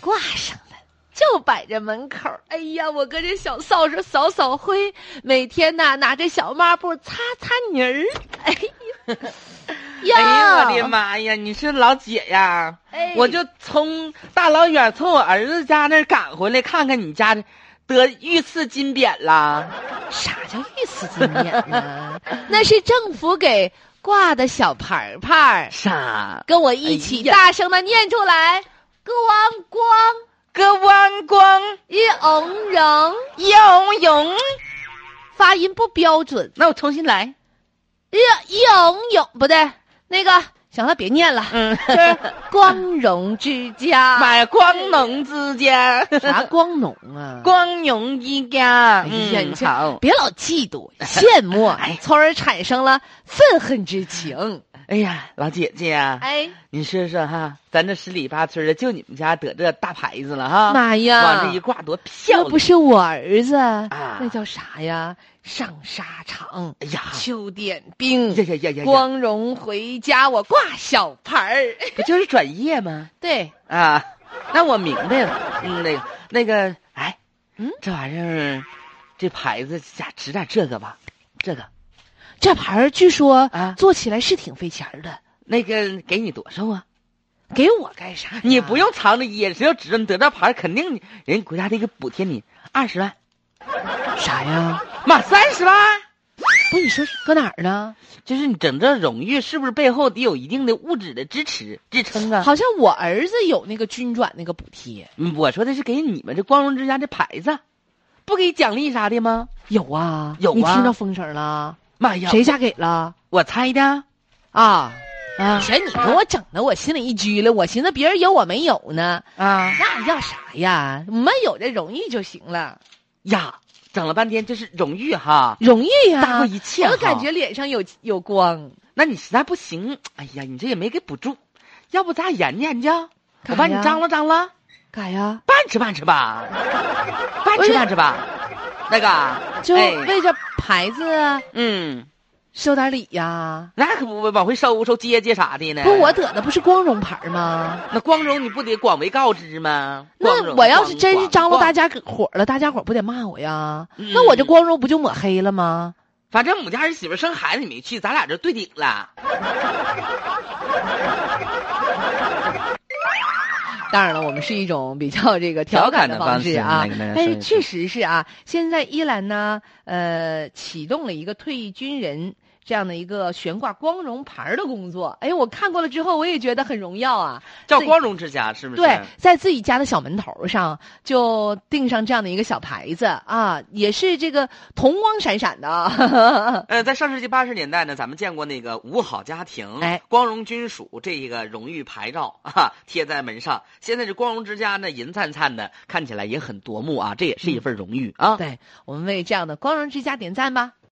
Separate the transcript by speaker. Speaker 1: 挂上了，就摆在门口。哎呀，我跟这小扫帚扫扫灰，每天呐、拿着小抹布擦擦泥儿。哎呀，
Speaker 2: 哎呀，我的
Speaker 1: 哟！
Speaker 2: 妈呀！你是老姐呀？
Speaker 1: 哎
Speaker 2: 我就从大老远从我儿子家那儿赶回来，看看你家得御赐金匾了。
Speaker 1: 啥叫玉丝金匾呢？ 那是政府给挂的小牌牌儿，
Speaker 2: 啥？
Speaker 1: 跟我一起
Speaker 2: 哎呀
Speaker 1: 大声的念出来：光光
Speaker 2: 个弯光
Speaker 1: 一昂扬。
Speaker 2: 游泳。
Speaker 1: 发音不标准，
Speaker 2: 那我重新来。
Speaker 1: 一一昂扬不对，那个行了，别念了。
Speaker 2: 嗯，
Speaker 1: 光荣之家，
Speaker 2: 买光农之家，
Speaker 1: 啥光荣啊？
Speaker 2: 光荣嗯之家。
Speaker 1: 嗯哎呀你这
Speaker 2: 好。
Speaker 1: 别老嫉妒、羡慕，啊 从而产生了愤恨之情。
Speaker 2: 哎呀，老姐姐呀，
Speaker 1: 哎，
Speaker 2: 你说说哈，咱这十里八村的，就你们家得这大牌子了哈。
Speaker 1: 妈
Speaker 2: 往
Speaker 1: 呀
Speaker 2: 这一！挂多漂
Speaker 1: 要
Speaker 2: 亮！
Speaker 1: 不是我儿子，
Speaker 2: 啊
Speaker 1: 那叫啥呀？上沙场，
Speaker 2: 哎呀，
Speaker 1: 秋点兵，
Speaker 2: 呀呀呀呀呀，
Speaker 1: 光荣回家，我挂小牌 儿。
Speaker 2: 不就是转业吗？
Speaker 1: 对，
Speaker 2: 啊，那我明白了。嗯，那个那个，哎，
Speaker 1: 嗯，
Speaker 2: 这玩意儿，这牌子咋指点这个吧？这个
Speaker 1: 这牌儿据说
Speaker 2: 啊
Speaker 1: 做起来是挺费钱儿的。
Speaker 2: 那个给你多少啊？
Speaker 1: 给我干啥呀？
Speaker 2: 你不用藏着掖着，只要指着你得这牌儿，肯定人国家得给补贴你二十万，
Speaker 1: 啥呀？
Speaker 2: 妈三十万。
Speaker 1: 不，你说是搁哪儿呢？
Speaker 2: 就是你整这荣誉，是不是背后得有一定的物质的支持支撑啊？
Speaker 1: 好像我儿子有那个军转那个补贴，
Speaker 2: 嗯我说的是给你们这光荣之家这牌子，不给奖励啥的吗？
Speaker 1: 有啊，
Speaker 2: 有啊
Speaker 1: 你听到风声了？
Speaker 2: 妈呀，
Speaker 1: 谁家给了？
Speaker 2: 我猜的
Speaker 1: 啊，
Speaker 2: 啊
Speaker 1: 全你给我整的，我心里一拘了。我寻思别人有我没有呢，
Speaker 2: 啊
Speaker 1: 那要啥呀？我们有这荣誉就行了，
Speaker 2: 呀！整了半天这是荣誉哈，
Speaker 1: 荣誉呀、
Speaker 2: 大过一切哈。
Speaker 1: 啊我都感觉脸上有有光，
Speaker 2: 那你实在不行，哎呀，你这也没给补助，要不咱研究研究，我
Speaker 1: 干
Speaker 2: 帮你
Speaker 1: 呀
Speaker 2: 张罗张罗，
Speaker 1: 干啥呀？
Speaker 2: 办吃办吃吧，办
Speaker 1: 不是
Speaker 2: 吃办吃吧，那个
Speaker 1: 就
Speaker 2: 哎
Speaker 1: 为这牌子
Speaker 2: 嗯，
Speaker 1: 收点礼呀、
Speaker 2: 那可不往回收收接接啥的呢？
Speaker 1: 不是我得的不是光荣牌吗？
Speaker 2: 那光荣你不得广为告知吗？光
Speaker 1: 那
Speaker 2: 荣
Speaker 1: 我要是真是张罗，
Speaker 2: 光
Speaker 1: 大
Speaker 2: 光
Speaker 1: 家伙儿了，大家伙儿不得骂我呀？
Speaker 2: 嗯
Speaker 1: 那我这光荣不就抹黑了吗？
Speaker 2: 反正母家儿媳妇生孩子你没去，咱俩就对顶了。
Speaker 1: 当然了，我们是一种比较这个调
Speaker 2: 调侃
Speaker 1: 侃
Speaker 2: 的
Speaker 1: 的方式啊
Speaker 2: 方式那个那个，
Speaker 1: 但
Speaker 2: 说
Speaker 1: 是
Speaker 2: 一
Speaker 1: 确实是啊，现在伊兰呢，呃，启动了一个退役军人这样的一个悬挂光荣牌儿的工作。哎，我看过了之后，我也觉得很荣耀啊。
Speaker 2: 叫光荣之家是不是？
Speaker 1: 对，在自己家的小门头上就钉上这样的一个小牌子啊，也是这个铜光闪闪的啊。
Speaker 2: 呃，在上世纪八十年代呢，咱们见过那个五好家庭、
Speaker 1: 哎
Speaker 2: 光荣军属这一个荣誉牌照啊，贴在门上。现在这光荣之家呢，银灿灿的，看起来也很夺目啊，这也是一份荣誉啊。
Speaker 1: 对我们为这样的光荣之家点赞吧。